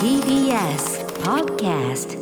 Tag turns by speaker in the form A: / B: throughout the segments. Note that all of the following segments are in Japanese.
A: TBS Podcast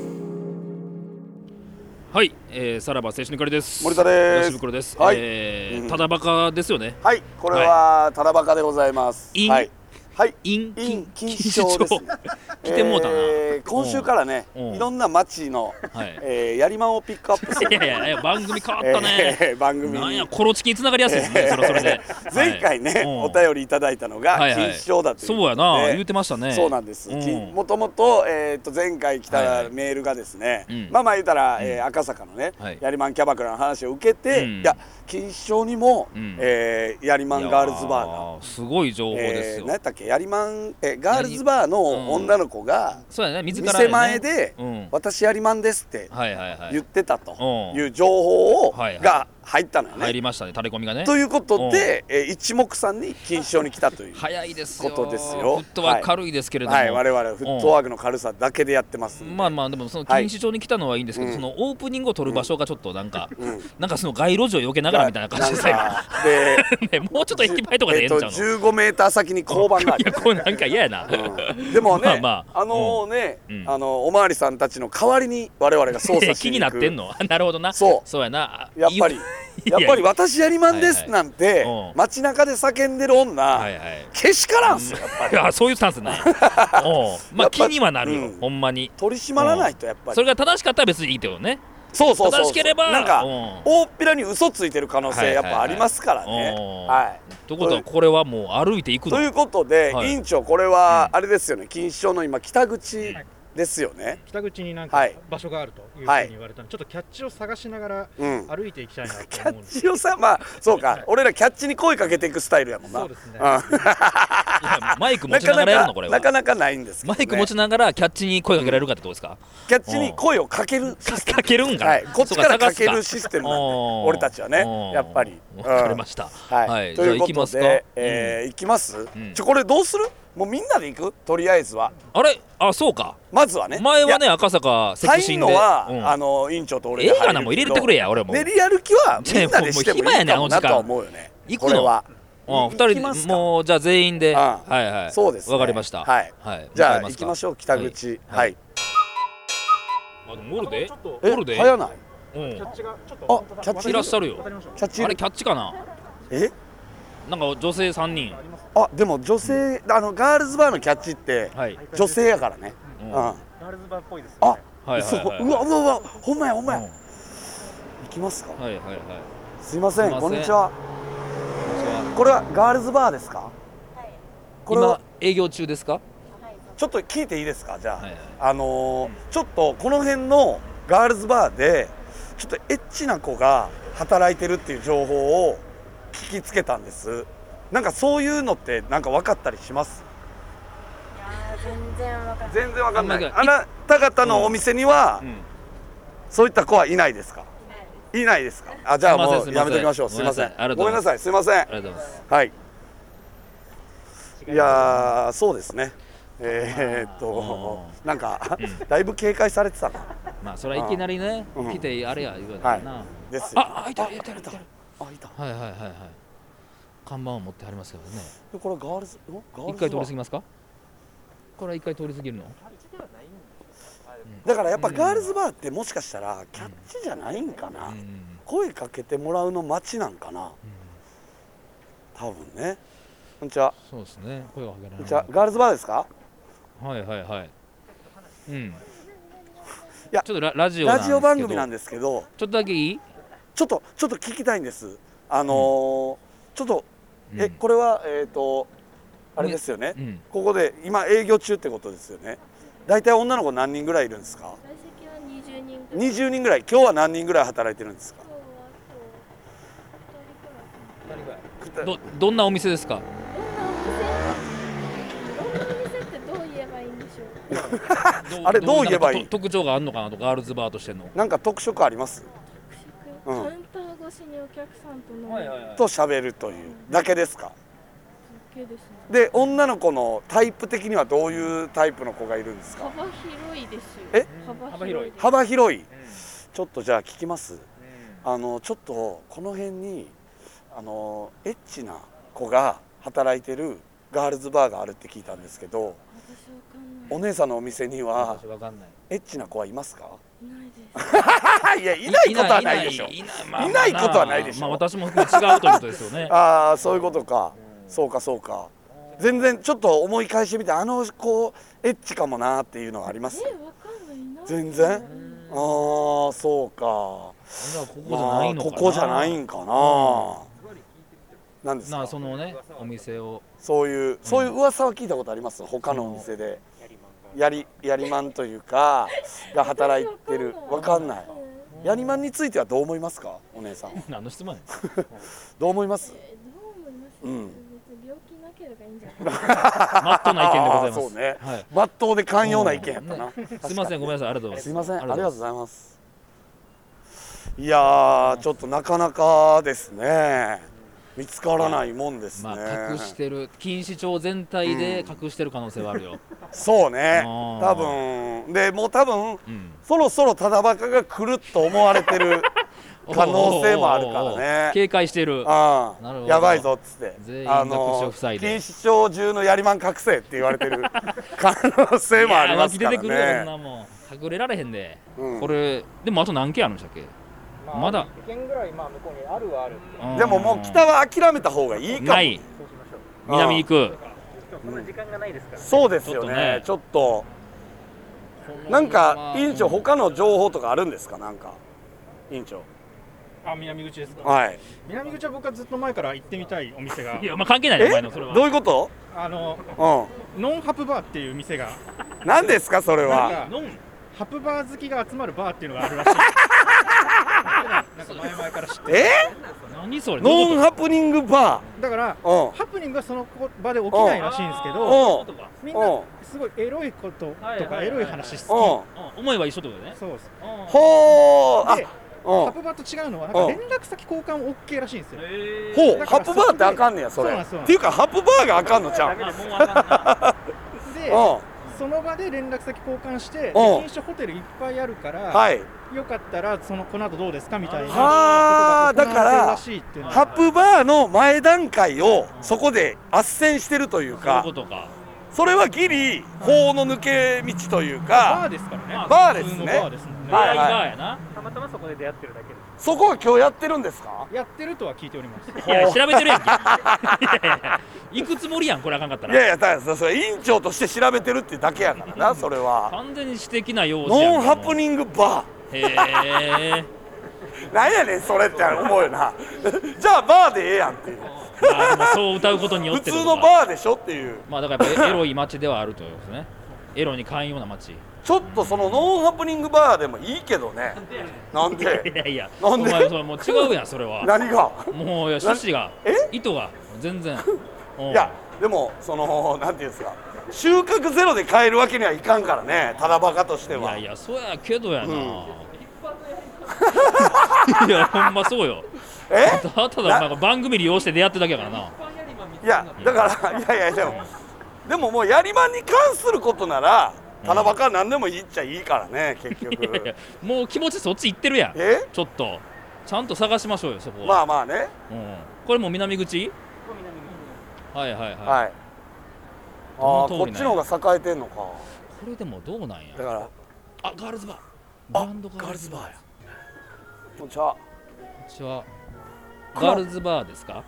B: はい、えー、さらば青春の光です。
C: 森田です
B: 東袋です。
C: はい
B: え
C: うん
B: ー、ただバカですよね。
C: はい、これはただバカでございます。
B: 陰
C: はい、はい、
B: 陰
C: 陰
B: 禁
C: 禁
B: 止
C: 止
B: 症
C: 症ですね。
B: 来てもうたな。
C: えー今週からね
B: うん、
C: いろんな町の、
B: はい
C: えーやりまんをピックアップす
B: い
C: る。
B: やいやいや番組変わったね。
C: えー番組に
B: なんやコロチキに繋がりやすいですね。それはそれで。
C: 前回ね、
B: うん
C: お便りいただいたのが
B: はい
C: 禁
B: はい
C: 止症だという
B: そ
C: ことで、
B: うやな、言うてましたね。
C: そうなんです、
B: うん
C: きもともと,、えー、と前回来
B: はいは
C: た
B: い
C: メールがですね、
B: うん
C: まあまあ言うたら、えー赤坂のね、
B: はい
C: ヤリマンキャバクラの話を受けて、
B: うん
C: いや錦糸町にも、
B: うん
C: えーヤリマンガールズバーが
B: いやすごい情報です
C: えー
B: よ。
C: 何やったっけやりまんえガールズバーの女の子が
B: そうやね自ら、ね、
C: 店前で
B: うん
C: 「私やりまんです」って
B: はいはいはい
C: 言ってたと
B: うん
C: いう情報を
B: はいはい
C: が入ったのよ
B: 入り
C: ね。
B: ましたねタレコミがね。
C: ということでえー一目散に禁止症に来たという。
B: 早いですよ。
C: ことですよ
B: フットワーク軽いですけれども。
C: はい、我々フットワークの軽さだけでやってますんで
B: まあまあでもその禁
C: はい
B: 止町に来たのはいいんですけど、
C: うん
B: そのオープニングを取る場所がちょっとなんか、
C: ん
B: なんかその街路樹を避けながらみたいな感じで
C: なん
B: さ、
C: かで
B: ね、もう ちょっと駅前とかでええんちゃうの、
C: えっと、15メーター先に交番があ
B: い
C: る
B: やこれなんか嫌やな、
C: うんでもね、
B: まあ
C: あ
B: まあ
C: のね、
B: うん
C: あのおまわりさんたちの代わりに我々が操作 し
B: 気に
C: に行
B: な
C: く
B: ってんのなるほどな
C: そう
B: そうやな
C: やっぱり
B: い
C: やっぱり私やりまんで
B: はい
C: す
B: はい
C: なんて
B: うん
C: 街中で叫んでる女、
B: はいはい
C: けしからんっすよやっぱり
B: いやそういうスタンスない おうまあ
C: やっぱ
B: 気にはなるよ、
C: うん
B: ほんまに
C: 取り締まらないとやっぱり
B: それが正しかったら別にいいけどね
C: そうそうそう
B: 正しければ
C: なんか
B: うん
C: 大っぴらに嘘ついてる可能
B: はい
C: 性
B: はい
C: や
B: は
C: っ
B: い
C: ぱありますからね
B: うん
C: はい
B: ということはこれはもう歩いていくの
C: ということで、
B: はい
C: 委員長これはあれですよね錦糸町の今北口
D: はい
C: ですよね
D: 北口になんか
C: はい
D: 場所があるというふうに
C: はい
D: 言われたので、ちょっとキャッチを探しながら
C: うん
D: 歩いていきたいな
C: キ
D: と
C: ャ
D: 思うん
C: ッ
D: です。
C: チをさまあそう
D: は
C: か
D: い
C: 俺らキャッチに声かけていくスタイルやもんな
D: そうですね
C: んない
B: マイク持ち
C: か
B: なが
C: な
B: らやるのこ
C: か
B: れ
C: な
B: は
C: かなかないんですけど
B: マ
C: ね
B: イク持ちながらキャッチに声かけられるかってどうですか、
C: キャッチに声をかけるシステム
B: かけるんかな、
C: はい、こっちからかけるシステムなんで
B: おー
C: 俺たちはね
B: おー
C: やっぱり
B: わかりました、
C: うんはい、とい
B: じゃあ
C: うこと
B: 行きます
C: で
B: か、
C: えー行きます、
B: ん
C: ちょこれどうするもうみんなで行くとりあえずは
B: あれあそうか
C: まずはね
B: 前はいね
C: や
B: 赤坂セク
C: 入
B: シ
C: る
B: ンで
C: のは、
B: うん
C: あの委員長と俺
B: ええ
C: が
B: がなもう入れてくれ
C: や
B: や俺も
C: 練り歩きは
B: じゃあ
C: みんなでしても
B: もう
C: いい
B: 暇やね
C: か
B: あの
C: も
B: 時間
C: なとは思うよね
B: 行くの
C: これは
B: うん、二
C: 行き
B: 人
C: ます
B: で
C: か
B: もうじゃあ全員で、
C: ああ
B: はいはい
C: そうですね
B: わかりました
C: はい
B: はい、
C: じゃ
B: わ
C: あ
B: かり
C: 行
B: すか
C: きましょう北口
B: は
C: はいい、
B: あでもおるで
D: ちょっと
B: おるで
C: え早ない
B: うん
D: キャッチがちょっと
C: あ
D: 本当だ
C: キャッチ
B: いらっしゃるよ
D: わかりました
C: キャッチ
B: あれキャッチかな
C: え
B: なんか女性三人
C: あでも女性、あのガールズバーのキャッチって、
B: はいはい
C: 女性やからね
B: うん
C: うん、
B: は
C: あ
D: ガールズバーっぽいですね。
B: はい
C: すご
B: はい
C: いうわうわうわほんまやほんまや、
B: うん
C: 行きますか、
B: はいはいはい
C: すいませ
B: すいません
C: んこんにちは
B: こ
C: これはガールズバーですかこ
B: ん
C: れ
B: にちは
C: は
B: 今営業中ですか
C: ちょっと聞いていいですかじゃあ、
B: はいはい
C: あのーちょっとこの辺のガールズバーでちょっとエッチな子が働いてるっていう情報を聞きつけたんですなんかそういうのってなんか分かったりします
E: いやー全然わかんない。
C: 全
B: あ
C: 然分かんない
B: んま
C: あ
B: り
C: なた方のお店には、
B: うん
C: そういった子はいないですかいないですかあじゃあも
B: す
C: う
B: いま
C: や
B: せん
C: めときましょうす
B: すい
C: い
B: ま
C: ま
B: せ
C: せ
B: ん
C: ん
B: ありがとう
C: ご
B: ござ
C: め
B: いま
C: んな
B: す
C: さいすいません
B: ありがとうございます
C: はい。いやー、そうですね。えー、っと、なんか、だいぶ警戒されてたな。
B: まあそれはいきなりね
C: うん
B: 来てあれや言うからな、
C: はですよ。
B: あ開いた開いた開いた
C: あ、いた。
B: はいはいはいはい看板を持ってはりますけどね
C: でこれガールズ、ん
B: 一
C: ガールズバー
B: 回通り過ぎますかこれは一回通り過ぎるの
C: だからやっぱガールズバーってもしかしたらキャッチじゃないんかな。
B: うん
C: 声かけてもらうの待ちなんかな。多分ね。こんにちは。
B: そうですね声をかけられ
C: こん
B: な
C: に
B: い
C: ちは。ガールズバーですか
B: はいはいはいうんい
C: や
B: ちょっとララジオ
C: ラジオ番組なん
B: で
C: ですけど、
B: すけどちょっとだけいい
C: ちょっと、ちょっと聞きたいんです。あのーちょっと、
B: うん
C: え、これは、えーっと、あれですよね。
B: うん
C: ここで今営業中ってことですよね大体女の子何人ぐらいいるんですか
E: 在籍は20人ぐらい。
C: 20人ぐらい今日は何人ぐらい働いてるんですか
E: 今日はそう
B: どどんなお店ですか
E: 二人くらい。どんなお店？どんなお店ってどう言えばいいんでしょう。
C: あれどう言えばいい
B: なんかと特徴があるのかなとガールズバーとしての
C: なんか特色ありますうん
E: カウンター越しにお客さんと飲む
B: い
C: と喋るというだけですか
E: だけですね。
C: で女の子のタイプ的にはどういうタイプの子がいるんですか
E: 幅広いですよ。
C: え
E: 幅広いです。
C: 幅広いちょっとじゃあ聞きますあのちょっとこの辺にあのエッチな子が働いてるガールズバーがあるって聞いたんですけど
E: 私わかんな
C: お姉さんのお店には
B: 私わかんない。
C: エッチな子はいますか
E: い。ないです。
C: いやいないことはないでしょ
B: いないまあ
C: いないことはないでしょ。
B: まあ私も含め違うということですよね
C: ああそういうことか、そうかそうか全然ちょっと思い返してみてあの子エッチかもなーっていうのはあります
E: え、わかんないな。
C: 全然
E: うん
C: ああそうか
B: じゃあここじゃ
C: ま
B: ない
C: あ
B: のか
C: こ
B: な。
C: こじゃないんかななんです
B: な
C: か
B: あそのねお店を
C: そういうそういう噂は聞いたことあります他のお店でやりやりまんというかが働いてるわかんないやりまんについてはどう思いますかお姉さん
B: 何の質 問やねん
C: どう思います
E: えどう思います。
C: うん
E: 別に病気なければいいんじゃない。
B: マットな意見でございます
C: あーそうね
B: はい
C: まっとうで寛容な意見やったな、
B: すいませんごめんなさいありがとうございます
C: すいませんありがとうご
B: い
C: ざいますいやーちょっとなかなかですね見つからないもんですね、
B: まあ隠してる錦糸町全体で隠してる可能性はあるよ
C: そうね
B: あー
C: 多分でもう多分
B: うん
C: そろそろただバカが来ると思われて る 可能性もあるから
B: お
C: ね
B: うおうおう警戒してる
C: あ
B: なるほ
C: あ
B: ど
C: やばいぞっつって
B: 全員が
C: あ
B: 口
C: の
B: を塞いで
C: 錦糸町中のやりまん覚醒って言われ てる可能性もありますか
B: いや浮気出てくるよそ
C: ら
B: ん
C: ね
B: なもん隠れられへんで
C: うん
B: これでもあと何件あるんでしたっけまだ
D: 一件ぐらいまあ向こうにあるはあるっ
B: う
D: て
B: ん
C: でももう北は諦めた方がいいかも
B: ない
D: そうしましょう
B: 南に行く
D: 今日そんな時間がないですから
C: そうですよねち
B: ち
C: ょっとなんか院長他の情報とかあるんですかなんか院長
D: あ南口ですか
C: はい
D: 南口は僕はずっと前から行ってみたいお店が
B: いやまあ関係ないよお
C: え
B: 前のそれは
C: どういうこ
D: あの
C: と
D: ノンハプバーっていう店が
C: うん何ですかそれ
D: なん
C: は
D: かノンハプバー好きが集まるバーっていうのがある らしいなんか前々から知って
C: え
B: 何それどう
C: ノ
B: い
C: ン
B: うこ
C: ハプニングバ
D: だから
C: ー
D: ハプニングはその場で起きないらしいんですけ
C: うん
B: とそうい
D: ど
B: うことか
D: みん
C: うん
D: なすごいエロいことと
B: はいはいはいは
D: か
B: い
D: エロい話
C: うん
D: 好
C: うん
B: うん思いは一緒ってことだよ
D: き
B: ね
D: そうです
B: ほ
C: ほーあ
D: で
C: うん
D: ハプバーと違うのはなんか連絡先交換 OK らしいんですよ
C: ほうハ
D: だから
C: ップバーってあかんねやそれ
D: そうなんですそうなん
C: っ
D: です
C: ていうかハップバーがあかんのちゃう
B: あもうわかんな
D: で
C: う
D: その場で連絡先交換して
C: うん
D: 飲酒ホテルいっぱいあるから
C: んはい
D: よかったらそのこの後どうですかみたいな
C: はあ
D: ことが行われてるらしいっていうの
C: ハップバーの前段階をそこで斡旋してるという
B: そういう
C: か
B: ことか
C: それはギリ法の抜け道という
D: バ
C: か
D: ーですからね
C: バーですね
D: 普通のバーですもんね
C: はいはい
B: 出会いバーやな
D: たまたまそこで出会ってるだけで
C: そこは今日やってるんですか
D: すやってるとは聞いておりま
B: い
D: す
B: や調べてるやんけ いやいや行くつもりやんこれあかんかった
C: いや
B: ら
C: いやだからそれ委員長として調べてるってだけやからなそれは
B: 完全に私的な要素やん
C: ノンハプ
B: ン
C: ニングバ
B: へえ
C: ーなんやねんそれって思うよな じゃあバーでええやんっていう
B: まあでもそう歌うことによっ
C: 普
B: て
C: 通
B: ってこと
C: の
B: か
C: バーでしょっていう
B: まあだからやっぱエロい街ではあるということですねエロに寛容な 街い
C: ちょっとそのノンハプニングバーでもいいけどねなんで
B: やいや
C: なんで
B: お前それもう違うやんそれは
C: 何が
B: もういや趣旨が
C: え
B: 意図が全然
C: い
B: い
C: やでもそのなんていうんですか収穫ゼロで買えるわけにはいかんからねただバカとして
B: い
C: は
B: やいやそうやけどやな、
C: うん
B: いやほんまそうよ
C: え
B: ただただなんか番組利用して出会ってるだけやからない
C: やだからい やいやでもでももうやりまんに関することならただバカは何でもいいっちゃいいからね結
B: いやいや
C: 局
B: もう気持ちそっち行ってるやん
C: え
B: ちょっとちゃんと探しましょうよそこは、
C: まあまあね
B: うん、これもう南口はいはいはい、
C: はいあ
B: どの
C: あ
B: 通りなんや
C: こっちの方が栄えてんのか
B: これでもどうなんや
C: だから
B: あガールズバーブランド
C: ガ
B: ガ
C: ー
B: ー
C: ル
B: ル
C: ズ
B: ズ
C: バ
B: バー
C: ーやこんにちは
B: こんにちは
C: この
B: ガールズバーですか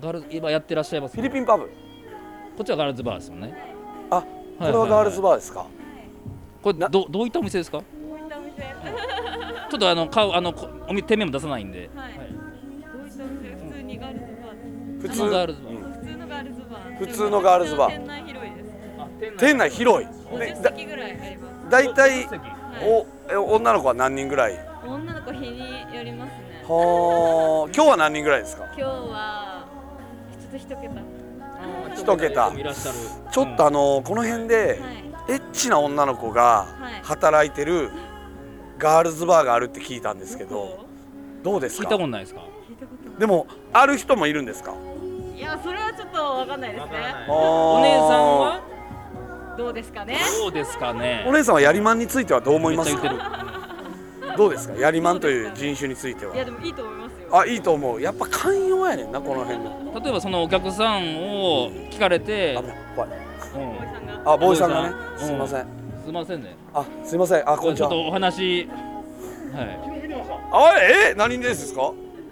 B: ガール今やってらっしゃいます
C: フィリピンパブ
B: こっちはガールズバーですもんね
C: あこれはガールズバーですか
B: これどどういったお店ですか
F: こういったお店、
B: ちょっとあの顔あのこお店店名も出さないんで
F: はい、どういったお店、普通にガールズバー
C: 普
B: 普通のガールズバー
F: 普通のガールズバー
C: 普通のガールズバー
F: 店内広いです
C: 店内広いで
F: 50
C: だ
F: 席ぐらいあります
C: 大体
F: はい
C: おえ女の子は何人ぐらいは
F: 女の子日によりますね
C: あ今日は何人ぐらいですか
F: 今日はちょっと一桁
C: 一桁
B: いらっしゃる
C: ちょっとあのこの辺で
F: はい
C: エッチな女の子が
F: はい
C: 働いてるガールズバーがあるって聞いたんですけどどうです
B: 聞いたこと
C: か
B: ないですか
F: 聞いたこと
C: でもある人もいるんですか
F: ないいやそれはちょっとわかんないですね
B: お
C: お
B: 姉さんは
F: どうですかね
B: どうですかね
C: お姉さんはやりまんについてはどう思い
B: めっ
C: ます
B: ちゃ言って
C: か
B: る
C: どうですかやりまんという人種についてはい
F: やでもいいと思いますよ
C: あいいと思うやっぱ寛容やねんなこの辺の
B: 例えばそのお客さんを聞かれて
C: 危ない怖い
B: うん
F: ボーイさんが
C: あボーイさんがね
B: ボーイさん
C: すいません
B: すいませんね
C: あすいませんあこんにち
B: ちょ
C: は
B: っとお話はい
D: 見てました
C: あえ何ですか
D: あ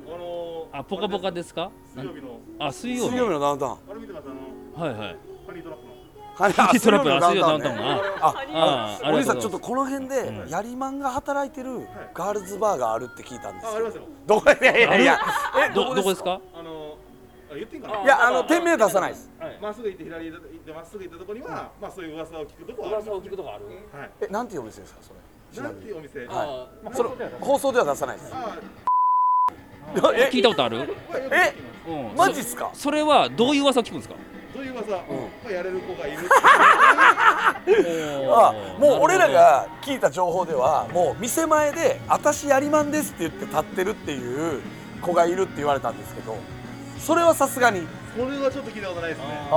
D: の
B: あぽかぽかですか
D: 水曜日の
B: あ水曜
C: 水
B: 日
C: 曜日のダウンタウン
D: あれ見てますあの
B: はいはい
D: ハニートラップの
B: トラップ
C: はいあ水曜日のダウンタウ
B: 水曜日のダウン
C: ンね
B: タウン
C: あ
B: ああ
C: お
B: り
C: 兄
B: がとうんござ
C: さちょっ
B: い
C: とこの辺で
B: うん
C: ヤリマンが働いてるガールズバーがあるって聞いたんです
D: あありますよ
C: どこいやいやいやえ
B: ますどどこですか
D: あのあ言っていいんか
C: い
D: な
C: やあの店名出さないです
D: はいまっすぐ行って左行ってまっすぐ行ったとこにはまあそういう噂を聞くとこはあります
B: 噂を聞くとこある
D: はい
C: えなんていうお店ですかそれちな
D: なん
C: み
D: て
C: に
D: いうお店
C: はい
D: あ
B: あ
C: それ放送では出さないです
D: あ
C: え
B: 聞いたことある
C: え
B: うん
C: マジっすか
B: それはどういう噂を聞くんですか
D: そういう噂まあやれる子がいる
C: あもう俺ら
B: なる
C: が聞いた情報ではもう店前で「私やりまんです」って言って立ってるっていう子がいるって言われたんですけどそれはさすがに
D: これはちょっと聞いたことないですね
C: ああ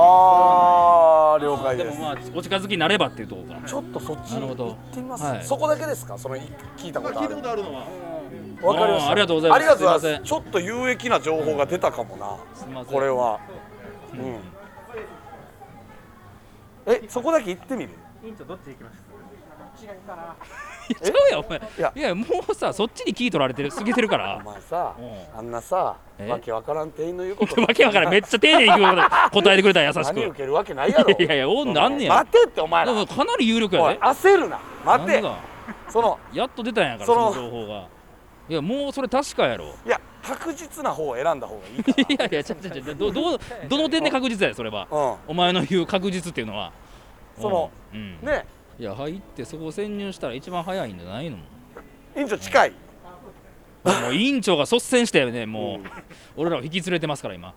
B: ほ
C: 了
B: ど
C: 解
B: で
C: です
B: もまあお近づきになればっていうところか
C: ちょっとそっち
B: なる
C: 行
B: ほど
C: ってみます、
B: はい
C: そこだけですかその聞いた
D: ま
C: こ
D: あ
C: と
D: 聞
C: ある
D: いたことあるのは
C: わかりまし
B: あー
C: た
B: ありがとうございます
C: ありがとうござい
B: すい
C: ま
B: ます
C: ちょっと有益な情報が出たかもな、
B: すみません
C: これはうんえそこだけ行ってみる
B: ちゃうよお前
C: いや
B: いやもうさそっちに聞い取られてる過ぎてるか
C: お
B: ら
C: 前さ
B: う
C: あんなさ
B: え
C: わけわからん店員の言 うこと
B: わけわからんめっちゃ丁寧に聞くこと答えてくれた優しく
C: 何受けるわけないやろ
B: いやいやおんのあんねや
C: 待てってお前
B: で
C: ら
B: もかなり有力や
C: おい
B: ね
C: 焦るな待て
B: 何が
C: その
B: やっと出たんやから
C: そ
B: そ
C: の
B: の情報がいやもうそれ確かやろ
C: いや確実な方を選 んだ方がいいか
B: いやいやちゃちゃちゃどどうどの点で確実やそれは
C: らうん
B: お前の言う確実っていうのは
C: その
B: うん、うん
C: ね
B: いや入ってそこ潜入したら一番早いんじゃないのも
C: 院長近いう
B: もう委員長が率先してねもう、俺らを引き連れてますから今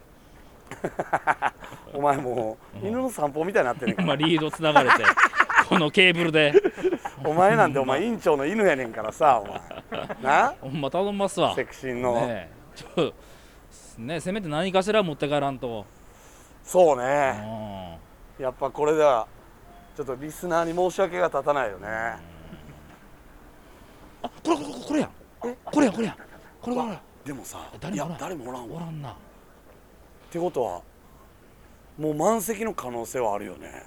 C: お前もう犬の散歩みたいになってるから
B: 今リードつながれ てこのケーブルで
C: お前なんてお前院長の犬やねんからさお前な
B: ほんま頼んますわ
C: セクシーの、
B: ねえちょねえせめて何かしら持って帰らんと、
C: そう
B: う
C: ね
B: ん
C: やっぱこれではちょっとリスナーに申し訳が立たないよね
B: あこれこれこれこれやこれやこれやこれこれこれ
C: でもさ
B: 誰もおらん
C: いや誰もおらん
B: お
C: わ
B: らんな
C: ってことはもう満席の可能性はあるよね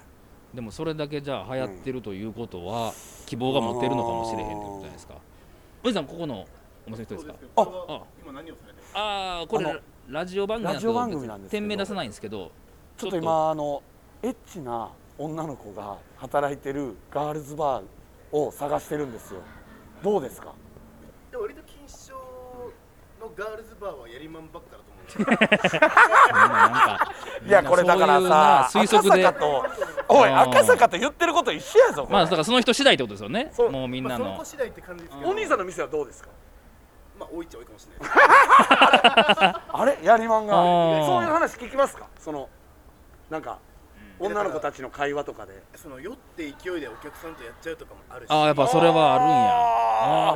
B: でもそれだけじゃあ流行ってるということは、希望が持てるのかもしれへんってことじゃないですかおじさんここのお店の人ですか
C: あ
B: あ
D: 今何をされてる
B: あーこ
C: あの
B: れラジオ番組
C: ラジオ番組なんですけど
B: 店名出さないんですけど
C: ちょっと今あのエッチな女の子が働いてるガールズバーを探してるんですよどうですか
G: で割と金賞のガールズバーはやりまんばっかだと思うんですよ。
B: ちょっとなん か
C: いやこれだからさ
B: そういうな推測で
C: 赤坂とおい
B: あー
C: 赤坂と言ってること一緒やぞこれ、
B: まあだからその人次第ってことですよね
C: そう
B: もうみん
G: まあ、
B: な
G: その
B: の
G: 子次第って感じですけど、
C: お兄さんの店はどうですか
G: まあ多いっちゃ多いかもしれないです。
C: あれヤリマンが
B: あー
C: そういう話聞きますかそのなんか女の子たちの会話とかで
G: その酔って勢いでお客さんとやっちゃうとかもあるし、
B: ああやっぱそれは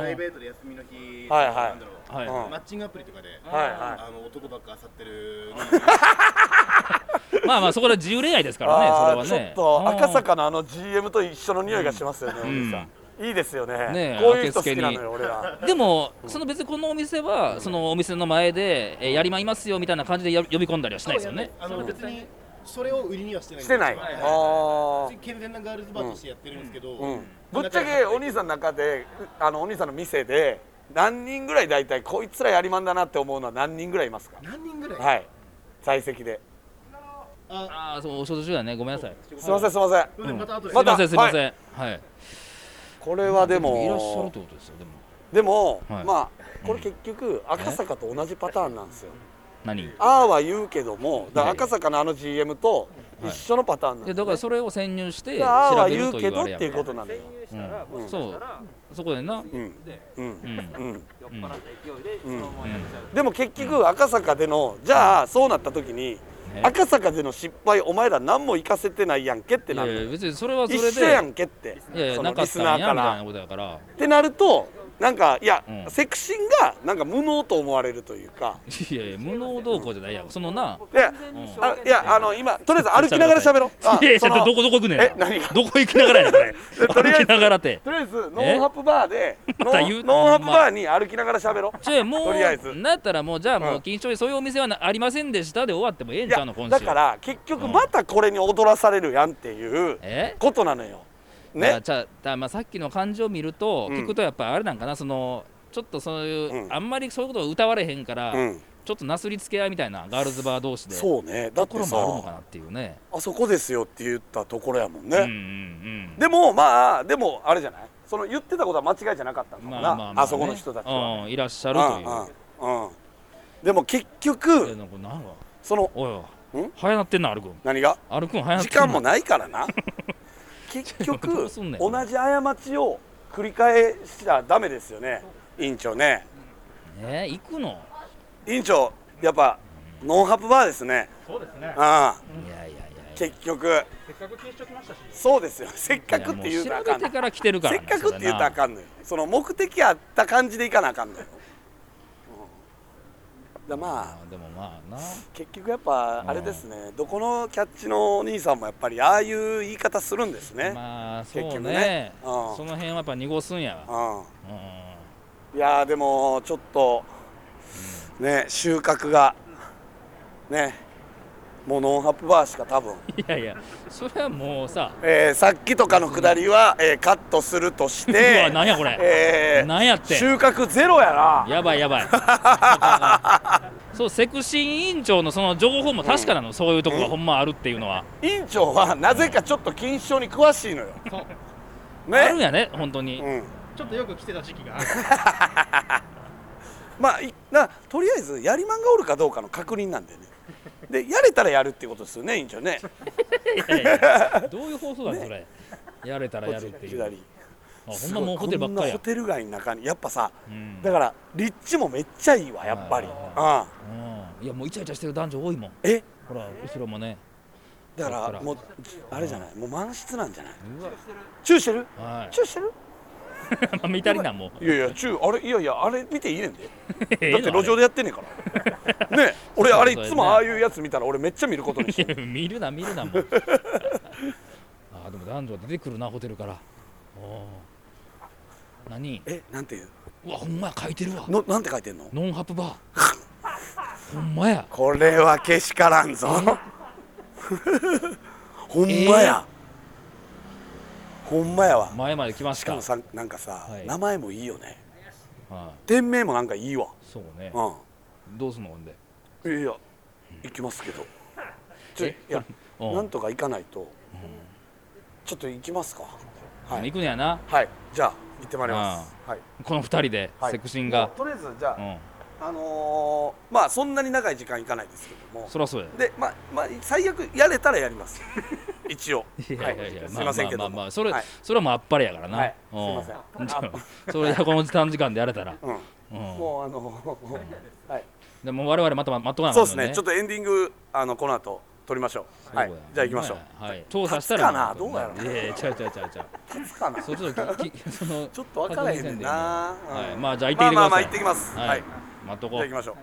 B: あ
G: プ
B: るん
G: ライ
B: や
G: ベートで休みの日、
C: はいはい
G: なんだろう、
B: あーはい、
C: うん
G: マッチングアプリとかで、
C: はいはい
G: あの男ばっか漁ってる、
B: まあまあそこで自由恋愛ですからねそ
C: あ
B: れ
C: ー
B: は
C: ちょっ
B: ね
C: と赤
B: うん
C: 坂のあの GM と一緒の匂いがしますよね、お兄さんいいですよね
B: ねえ
C: こういう人
B: 明
C: 好
B: け付け
C: き
B: に
C: なのよ俺ら
B: でもその別にこのお店はそのお店の前で、えーやりまんいますよみたいな感じでや呼び込んだりはしないですよね
G: あの別にそれを売りにはしてない。
C: してない、
G: は
C: あー
G: 健全なガールズバーとしてやってるんですけど、
C: うん、ぶっちゃけお兄さんの中であのお兄さんの店で何人ぐらい大体こいつらやりまんだなって思うのは何人ぐらいいますか
G: 何人ぐらい、
C: はい在籍で
G: あ
B: ああそうお仕事中だねごめんなさい
C: すいませんすいません
G: それでまた後で、
B: すいませ
C: また
B: んすいませんはい、
C: これはで
B: いらっしゃるっ
C: も
B: てことですよでも
C: でも、
B: はい
C: まあこれ結局赤坂と同じパターンなんですよ
B: 何
C: ああは言うけどもだから
B: はい
C: 赤坂のあの GM と一緒のパターンなん
B: で
C: です、
B: だからそれを潜入して
C: でああ
B: 調
C: は
B: べ
C: 言
B: る
C: う
B: と
C: け
B: いう
C: ど
B: あ
C: っ
B: れやん
C: ていう
B: か
C: ことなんだよ、
B: うん、そうそこでな、
C: うん
B: う
C: うん
B: ん
C: うん
B: うん
C: うんでも結局赤坂でのじゃあそうなった時に
B: ね
C: 赤坂での失敗お前ら何も生かせてないやんけってない
B: やい
C: る
B: や別にそれはそれ
C: 一
B: で
C: 緒やんけって
B: いやいや
C: そ
B: な
C: の
B: か
C: リ
B: っ
C: ス
B: た
C: ナ
B: ん
C: ー
B: や
C: か
B: みたい
C: ら
B: なことやから
C: ってなるとなんかいや、
B: うん
C: セクシンがなんか無能と思われるというか
B: いやいや無能動向じゃないやんそのな
C: で
B: うん
C: あいやあの今とりあえず歩きながら喋ろうあ
B: いやいや
C: そ
B: ちょっと
C: の
B: どこどこ行くねん
C: え何が
B: どこ行きながらやねんこれ
C: とりあえず
B: 歩きながらって
C: とりあえずノンハップバーでノ
B: また言
C: ン
B: う
C: ノンハップバーに歩きながら喋ろう
B: ちょいも
C: とりあえず
B: うなんやったらもうじゃあも
C: うん
B: う緊張でそういうお店はなありませんでしたで終わってもええん
C: い
B: ちゃ
C: や
B: うの今週
C: だから結局またこれに踊らされるやんっていう
B: え
C: ことなのよ
B: だか
C: ね
B: らじゃあだからまあさっきの感じを見ると、
C: うん
B: 聞くとやっぱあれなんかなそのちょっとそういう、
C: うん
B: あんまりそういうことを歌われへんから、
C: うん
B: ちょっとなすりつけ合いみたいなガールズバー同士で
C: そうねだっ
B: とこ
C: て
B: ろもあるのか
C: さ
B: なっていうね
C: あそこですよって言ったところやもん
B: うんうんう
C: ね、
B: ん
C: でもまあでもあれじゃないその言ってたことは間違いじゃなかったのかもな、
B: まあ
C: あ
B: まあまあ、ね、
C: そこの人たちは、
B: うんいらっしゃ
C: う
B: るという、
C: んうんうんでも結
B: いや
C: 局
B: なんかなんか
C: その
B: おいおい
C: ん
B: 早なってんな歩くん
C: 何が
B: 歩くん早なってんな
C: 時間もないからな結
B: ど
C: 局
B: うすんねん
C: 同じ過ちを繰り返しちゃダメですよね院長ね
B: え行くの
C: 院長やっぱノンハプバーですね
D: そうですね
C: ああ
B: いやいやいやいや
C: 結局
D: せっかく禁止してきましたし
C: そうですよせっかくって言
B: い
C: うたら
B: やもう調
C: あか
B: べ
C: ん
B: てから来てるか
C: せ
B: ら
C: っ
B: な
C: かくって言うたら
B: それな
C: あかんのよその目的あった感じでいかなあかんのよ、うんだまあ
B: でもまあな
C: 結局やっぱあれですね、どこのキャッチのお兄さんもやっぱりああいう言い方するんですね、
B: まあそう
C: 結
B: ね
C: 局ねうん
B: その辺はやっぱ濁すんやわうん
C: うん、いやーでもちょっとね収穫がねもうノンハップバーしか多分、
B: いやいやそれはもうさ
C: えーさっきとかのくだりは、えーカットすると し
B: うわ
C: て
B: なんやこれ
C: えー
B: なんやって
C: 収穫ゼロやな
B: やばいやばい そうセクシー委員長のその情報も確かなの、そういうとこがほんまあるっていうのは、
C: 院長はなぜかちょっと錦糸町に詳しいのよ。
D: そう
B: あるん
C: ね。
B: やね本当に、
C: うん。
D: ちょっとよく来てた時期がある
C: まあいなとりあえずやりまんがおるかどうかの確認なんだよね。でやれたらやるっていうことですよね院長ね。
B: いやいやどういう放送だねそれやれたらやるっていうあ
C: 左。
B: ほんまもうホテルばっかり
C: すごいこんなホ
B: や
C: テル街の中にやっぱさ、
B: うん
C: だから立地もめっちゃいいわやっぱり。ああ。
B: うんいやもうイチャイチャしてる男女多いもん
C: え
B: ほら後ろもね
C: だ
B: だ
C: か
B: からら
C: もうあれじゃないもう満室なんじゃないう
B: わ
C: チューしてる？
B: は
C: チューしてる？
B: い見たりなんもう
C: いやいやチューあれいやいやあれ見ていいねんで。
B: ええ
C: だ
B: の
C: って路上でやってんねん から。ね俺あれいつもああいうやつ見たら俺めっちゃ見ることにしてる
B: あ。れ 見るな見るな もうあーでも男女出てくるなホテルからおー何
C: えなんていう
B: うわほんまや書いてるわ
C: のなんて書いてんの
B: ノンハプバーほんまや
C: これはけしからんぞほんまや、ほんまやわ
B: 前まで来まし
C: したかもさなんかさ、
B: はい
C: 名前もいいよね
B: は
C: 店名もなんかいいわ
B: いそうね
C: う
B: どうすんのほんで
C: んいやいや行きますけどちょい
B: え
C: や
B: うん
C: なんとか行かないと、ちょっと行きますかはい、
B: 行くんやな
C: はい、じゃあ行ってまいります、はい
B: この二人で
C: はい
B: セクシンが
C: もうとりあえずじゃ
B: う
C: あ、
B: ん
C: あのーまあそんなに長い時間行かないですけども
B: そりゃそうや
C: で、まあ、まあ、最悪やれたらや ります。一応。
B: いやいやいや、
C: はいす
B: ま
C: み
B: あ
C: ませんけど
B: まあ
C: も。
B: まあまあそれ、
C: はい
B: それはもうあっぱれやからな、
C: はいす
B: う
C: い
B: ん
C: ませ ん
B: じゃあそれはこの短時間でやれたら、
C: うん。
B: うん、
C: もう、あの。はい。
B: でも我々またまっとかなあか
C: そうんです
B: の
C: ね。ちょっとエンディング、あの、この後、撮りましょう。はい
B: そうや。
C: じゃあ、行きましょう。
B: はい、調査したら
C: 勝つかなどうやろう
B: いやいやちゃうちゃうちゃうちゃう
C: 勝つかな。
B: それちょっとき きその
C: ちょっと分からへ
B: 確認せ
C: んねんな。
B: んでいいね
C: う
B: はい
C: ん
B: まあじゃあ行ってきてください
C: まあまあまあ、行ってきます。
B: はい、
C: はい。じ
B: 待っと
C: ゃ
B: こ
C: あ、
B: う
C: 行きましょう。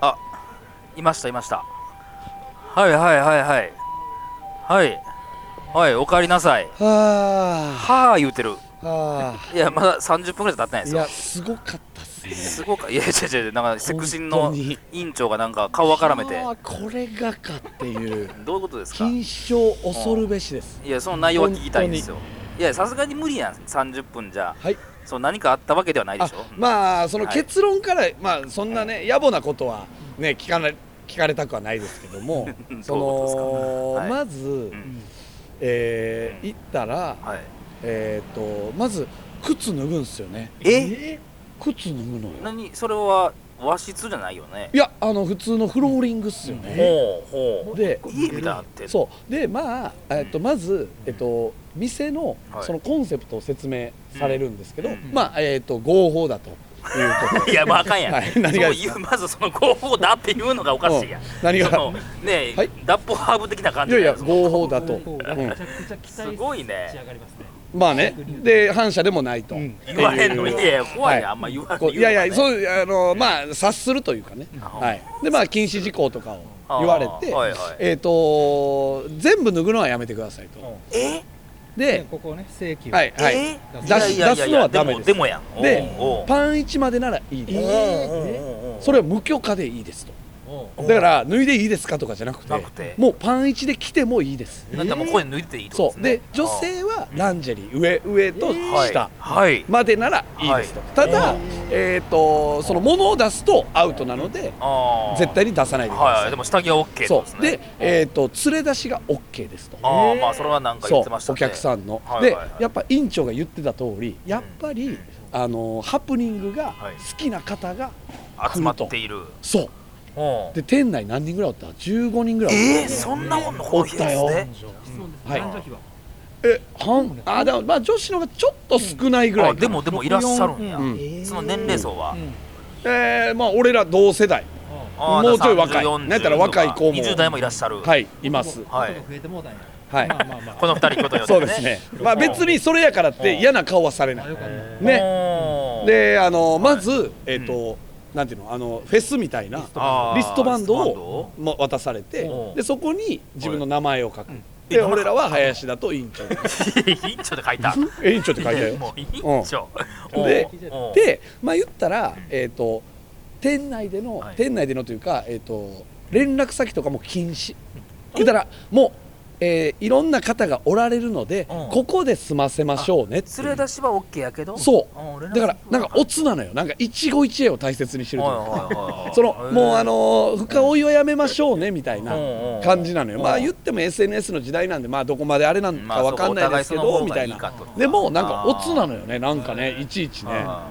H: あいましたいましたはいはいはいはいはいはいおかえりなさい
I: は
H: はあ言うてる
I: あ、はい
H: やまだ30分ぐらい経ってないで
I: い
H: すよ
I: や、すごかったっすね。
H: すごかいや違う違うなんかセクシン
I: 本
H: の
I: 当に
H: 院長がなんか顔わからめて
I: ああこれがかっていう。
H: どういうことですか
I: 金賞恐るべしです。
H: いやその内容は聞きたいんですよいやさすがに無理やん30分じゃ
I: はい。
H: そう何かあったわけではないで
I: あ
H: しょ、
I: まあその
H: はい
I: 結論から、まあそんなね野暮なことはね聞かな聞かれたくはないですけど
H: どう
I: も
H: いうこと、ですか
I: その
H: はい
I: まず、
H: ん
I: えー行ったら、
H: はい
I: えっ、とまず靴脱ぐんですよね。
H: え
I: 靴脱ぐのよ。
H: 何それは和室じゃないよね
I: いやあの普通のフローリングっすよね。
H: ほうほ
I: で
H: う家みたいになってう
I: そうでまあ、えっと、まず、えっと、店の
H: はい
I: そのコンセプトを説明されるんですけど、
H: うん
I: まあ、えっと、合法だということ
H: いやまああかんやん、
I: はい何がですか
H: そういうまずその合法だっていうのがおかしいやん
I: うん何が
H: そのねえ、
I: はい
H: 脱法ハーブ的な感
I: い
H: じ
I: やい
H: だよ
I: や合法だと、うん
H: すごいね
D: す
I: まあねで反社でもないと、
D: うん
B: 言わへんのいやいや怖い
I: はい
B: やあんま言わ
I: こういやいや
B: う
I: そうあのまあ察するというかね、はい、でまあ禁止事項とかを言われて、
B: はいはい
I: えっ、と全部脱ぐのはやめてくださいと、
D: で
I: で、
D: ここをね正規を
I: はいはい
D: 出
I: 出
D: す
I: し出すのはダメ
B: も
I: です
B: でもやん
I: で
B: おうおう
I: パン1までならいいです、それは無許可でいいですとだから脱いでいいですかとかじゃなくて
B: なくて
I: もうパン1で着てもいいです、
B: なんかもう声抜いていいってこ
I: そ
B: と
I: うで
B: ね
I: 女性はランジェリー上上と
B: はい
I: 下
B: はい
I: までならいいですと、ただ、えっ、とその物を出すとアウトなので
B: あー
I: 絶対に出さないでくだ
B: はい
I: さ
B: はい
I: い
B: でも下着は OK ってこ
I: そ
B: とです
I: う
B: ね
I: で、えー、と連れ出しが OK ですと、
B: ああまあそれはなんか言
I: そ
B: ってまし
I: う
B: た
I: お
B: ね
I: 客さんの、
B: はいはいはい
I: でやっぱ院長が言ってた通りやっぱり、あのハプニングが
B: はい
I: 好きな方が、
B: 集まっている
I: そう
B: おう
I: で店内何人ぐらいおった ?15 人ぐらいおっ
B: えーそんなもんのこの日です
I: おった
B: ね
I: た、はい、え半あでもまあ女子の方がちょっと少ないぐら
B: あ
I: いかな
B: でもでもいらっしゃるんや
I: うん
B: その年齢層は
I: えーまあ俺ら同世代
B: あー
I: もうちょい
B: だから
I: 若い
B: 30 40
I: なんやったら若い子も
B: 20代もいらっしゃる
I: はいいます
B: はい
I: はい、
B: この二人ことよって
I: そうですねまあ別にそれやからって嫌な顔はされないね
B: ね
I: であのまず、えっ、と、なんていうのあのフェスみたいなリストバンドをま渡されて
B: うん
I: でそこに自分の名前を書く、
B: え
I: で
B: 名前
I: 俺らは林田と院長
B: 委員長で書いた
I: え院長って書いたよ
B: もう委員長
I: で
B: おうおう
I: でまあ言ったら、えっ、と店内での、
B: はい
I: 店内でのというかえっ、と連絡先とかも禁止言ったらもう、えーいろんな方がおられるので、
B: うん
I: ここで済ませましょうねっていう
B: 連れ出しは OK やけど
I: そ
B: お連絡
I: だからなんか
B: お
I: オツなのよなんか一期一会を大切にしてるというか
B: いおいおいおい
I: そのもうあの深追いはやめましょうねみたいな
B: うんうん
I: 感じなのよ、ま
B: う
I: あ
B: ん
I: 言っても SNS の時代なんで、まあ、どこまであれなんかわかんないですけど、みたいな、でもうなんか、オツなのよね、なんかね、いちいちね、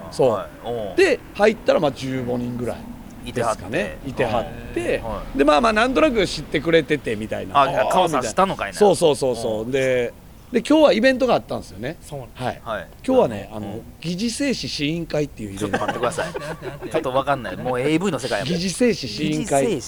I: そう、
B: う
I: で、入ったらまあ15人ぐらい
B: いて
I: で
B: はっ
I: すか
B: て
I: ね、いてはって
B: は、
I: で、まあまあ、なんとなく知ってくれててみたいな、
B: あ
I: ー
B: 顔さ
I: みたいな
B: したのかいな
I: そうそうそうそう、で、で今日はイベントがあったんですよね、
D: そうなの
I: はい、
B: はい
I: 今日はね、あ
B: う
I: の
B: ん
I: 疑似精子試飲会っていうイ
B: ちょ
I: ベ
B: っ
I: ン
B: と待
I: ト
B: っ、てください ちょっとわかんないもう AV の世界やも
I: 疑似精子試飲会。
B: い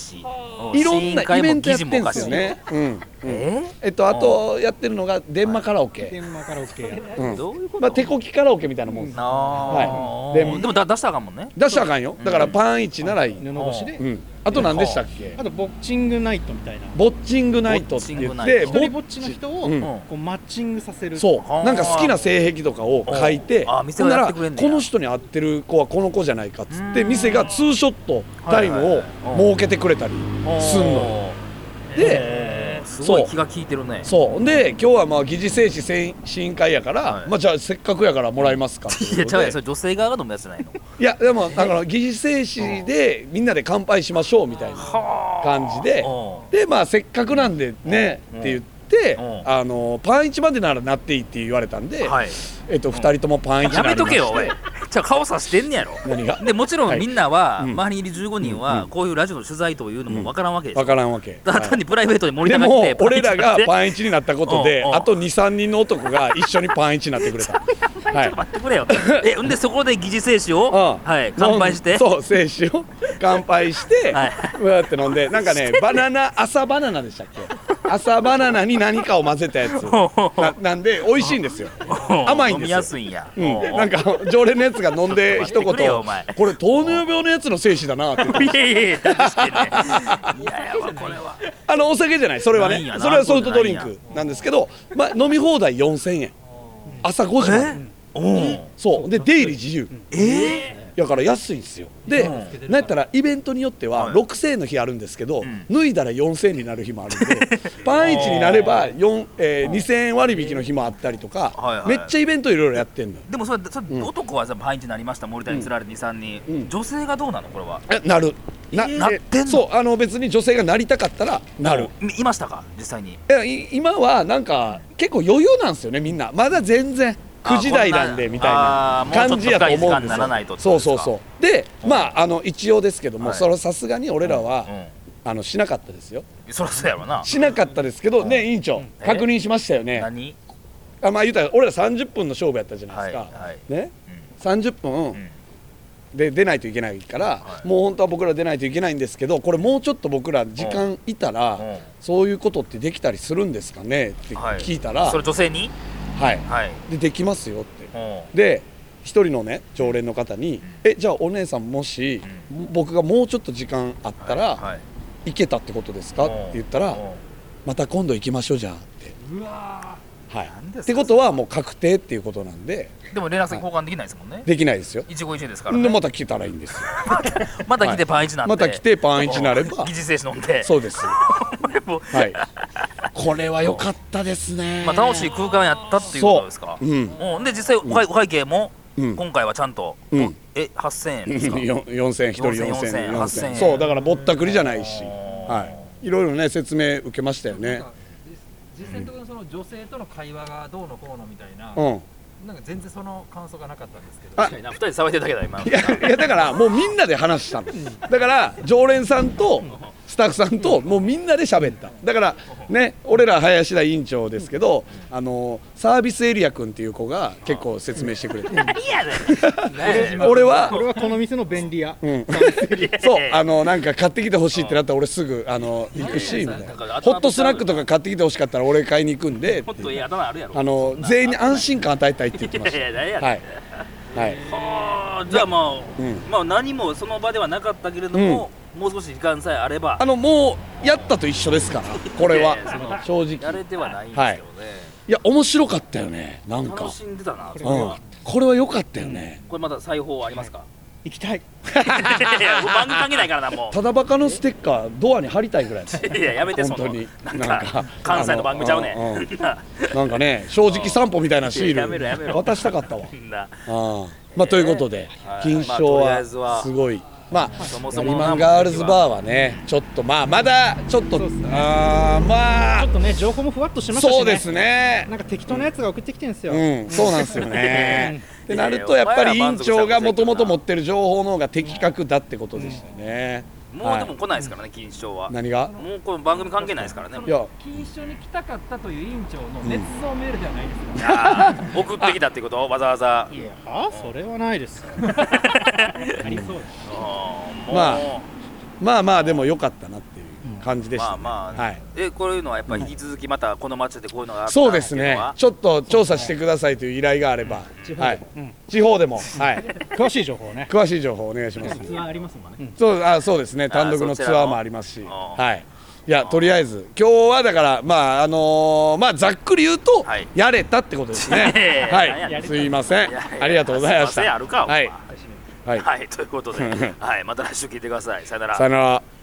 I: いろんなイベントやってんですよね。うん
B: え
I: えっと、あとやってるのが電話カラオケ、
D: 電話カラオケや
I: うん
B: どういうこと
I: まあ、手こきカラオケみたいなもんです、
B: あ
I: はい
B: ー
I: で
B: でもだ出したらあかんもんね
I: 出したらあかんよだからパンイチならいい、う
D: 布越しで、
I: ん、あと何でしたっけ
D: あとボクチングナイトみたいな
I: ボッチングナイトって言
B: ボッチング
I: っ
B: ナイ
I: て
D: 一人
I: ぼ
D: ぼっちの人を、
I: うん
D: こうマッチングさせる
I: そうなんか好きな性癖とかを書いて
B: うんあ店
I: ほ
B: が
I: んな
B: やっ
I: ら
B: てくれんねや
I: この人に合ってる子はこの子じゃないかっつって
B: うん
I: 店がツーショットタイム
B: はい
I: を
B: はいはい
I: 設けてくれたりすんの
B: の
I: で
B: ですごい気が利いてるね
I: そうで今日はまあ疑似精子試飲会やから、
B: はい
I: まあじゃあせっかくやからもらいますかっ て
B: い
I: いう
B: や
I: こ
B: ち
I: と
B: ゃう
I: で
B: やんそれ女性側が飲むやつじゃないの
I: いやでもあの疑似精子でみんなで乾杯しましょうみたいな感じで
B: う
I: でまあせっかくなんでね
B: うん
I: って言って
B: うん
I: あのパン一までならなっていいって言われたんで
B: んはい
I: えっと2人ともパン一に
B: や
I: な
B: め
I: り
B: と
I: まし
B: け
I: て
B: よおいじゃあ顔さしてんねやろ
I: 何が
B: でもちろ
I: は
B: ん
I: い
B: みんなは
I: うん
B: 周りにいる15人
I: う
B: は
I: ん
B: こういうラジオの取材というのもわからんわけでし
I: わ
B: ょ
I: からん わけ
B: ただ単にプライベートで森
I: で
B: 田が来て
I: も俺らが
B: ン
I: パン一になったことで
B: うんうん
I: あと23人の男が一緒にパン一になって くれたはい
B: 待ってくれよえんでそこで疑似精子を
I: うん
B: はい乾杯して
I: そう精子を乾杯して
B: はいう
I: わーって飲んでなんかねバナナ朝バナナでしたっけ朝バナナに何かを混ぜたやつ ななんで美味しいんですよ甘いん
B: 飲み
I: です
B: や
I: よ
B: すいんや
I: うん、なんか常連のやつが飲んで一言
B: 待ってくれよお前
I: 「これ糖尿病のやつの精子だな」って
B: いやいやいや確かにねいやいやこれは
I: あのお酒じゃないそれは
B: ないん
I: ね
B: やな
I: それはソフトドリンクなんですけど、まあ、飲み放題4000円朝5時まで
B: おうん
I: そうで出入り自由
B: え
I: だから安いんですよで、
B: う
I: なんやったらイベントによって
B: は
I: はい6000円の日あるんですけど、
B: ん
I: 脱いだら4000円になる日もあるん でパンイチになれば、4えー2000円割引の日もあったりとか、
B: はいはい
I: めっちゃイベントいろいろやってんのよ
B: でもそれそれ男はさパンイチになりました森田に釣られて23
I: うん
B: 人女性がどうなのこれは
I: えなるな,
B: なってんの
I: そうあの別に女性がなりたかったらなる
B: みいましたか実際に
I: いやい今はなんか結構余裕なんですよねみんなまだ全然
B: あ
I: 9時台なんで
B: こんな
I: みたいな
B: あーもうちょ
I: 感
B: っと
I: じやと思うん
B: 深い時間
I: で
B: に
I: す
B: ならないとっ
I: よ
B: てこと
I: そう
B: ですか
I: そうそうでまああの一応ですけども、
B: はい
I: それさすがに俺らは、
B: うん
I: あのしなかったですよ
B: そりゃそうやろな
I: しなかったですけどね委員長
B: え
I: 確認しましたよ ね
B: 何
I: あまあ言うたら俺ら30分の勝負やったじゃないで
B: は
I: す
B: い
I: か、
B: はい
I: ね
B: う
I: 30分、
B: ん
I: で出ないといけないから、
B: はい
I: もう本当は僕ら出ないといけないんですけどこれもうちょっと僕ら時間いたら、
B: うん
I: そういうことってできたりするんですかねって
B: はい
I: 聞いたら、
B: それ女性に
I: はい
B: はい
I: でできますよって
B: おう
I: で一人のね常連の方に「えじゃあお姉さんもし、僕がもうちょっと時間あったら、
B: はい
I: 行けたってことですか?」
B: お
I: っ
B: う
I: て言った
B: お
I: ら
B: う
I: 「また今度行きましょうじゃん」ってはい
B: 何ですか
I: ってことはもう確定っていうことなんで
B: でも連絡先交換できないですもんね
I: できないですよ
B: 一期一会ですから
I: で
B: ね
I: また来たらいいんですよ
B: また来てパンイチなんで
I: また来てパンイチになれ
B: お
I: ば
B: う疑似精神飲んで
I: そうですは
B: もう
I: いこれは良かったですね
B: まあ楽しい空間やったっていうことですか
I: そううん
B: おうで実際お会お会計も
I: うん
B: 今回はちゃんと
I: うん
B: え8000円ですか
I: 4000円1人4000
B: 4000
I: 円
B: 8000
I: 4000
B: 円
I: 円そうだからぼったくりじゃないし
B: おー
I: はいいろいろね説明受けましたよね
J: 実際のところその女性との会話がどうのこうのみたいな、
I: うん
J: なんか全然その感想がなかったんですけど
I: あ
B: 確かにな二人で騒いでるだけだ今
I: いやいやだからもうみんなで話したのだから常連さんとスタッフさんともうみんなで喋っただからね俺ら林田委員長ですけどあのサービスエリア君っていう子が結構説明してくれて
B: 何やねん
I: 俺は
D: これはこの店の便利屋
I: うん、そうあのなんか買ってきてほしいってなったら俺すぐあの行くしみたいなホットスナックとか買ってきてほしかったら俺買いに行くんで
B: もっとええ頭あるやろ
I: あの全員に安心感与えたいって言ってま
B: いやいや何
I: し
B: や
I: た
B: ねん
I: はいはい
B: あーじゃあまあ、
I: うん
B: まあ何もその場ではなかったけれども、もう少し時間さえあれば
I: あのもうやったと一緒ですからこれは正直
B: やれてはないんですけどね、
I: いや面白かったよねなんか
B: 楽しんでたなそれ
I: う
B: は、
I: んこれは良かったよね
B: これまだ裁縫ありますか、
D: 行きたい
B: い、やいや番組関係ないからなも
I: ただバカのステッカードアに貼りたいぐらい
B: ういややめてそ
I: 本
B: の
I: 当に
B: な
I: なんん
B: か
I: か
B: 関西の番組ちゃうね
I: あのうんうん
B: んな
I: なんかね正直散歩みたいなシ
B: やめろや
I: ー
B: め
I: ル
B: ろ
I: 渡したかったわ
B: な
I: ああまあということで、
B: はい
I: 金賞
B: まあとりあえずは
I: はすごい、まあ、
B: そもそ
I: ヤ
B: も
I: リマンガールズバーはね、ちょっとまあまだちょっと、ああま
D: ちょっ
I: あ
D: とね情報もふわっとしましたし、ね、
I: そうですね
D: な、んか適当なやつが送ってきてるんですよ、
I: うん、そうなんですよね。ってなるとやっぱり委員長がもともと持ってる情報の方が的確だってことでしたね。
B: もうでも来ないですからね金賞は、
I: 何が？
B: もうこの番組関係ないですからね
I: いや、
J: 金賞に来たかったという委員長の捏造メールではないですから、
B: あー送ってきたってことわざわざ
D: いやあそれはないですありそうです
B: うんもう
I: まあまあまあでも良かったなっていう感じでしたね。
B: まあまあ、
I: はい。
B: えこういうのはやっぱり引き続きまたこの町でこういうのがあった
I: そうです
B: ってい
I: ね
B: のは。
I: ちょっと調査してくださいという依頼があれば、はい。地方でも、はい。
D: 詳しい情報をね
I: 詳しい情報お願いします。
J: ツアーありますもんね、
I: そうあそうですね単独の
B: そ
I: ツ
B: ちらの
I: アーもありますし、
B: あ
I: はい、いやとりあえず今日はだからまああのーまあざっくり言うと、
B: はい
I: やれたってことですね
B: や いや
I: はいすいません
B: いやいや
I: ありがとうございま
B: す
I: し
B: いません
I: た
B: あるかお
I: は
B: 前
I: いはい
B: はい、ということで、はい、また来週聞いてください。さよなら。
I: さよなら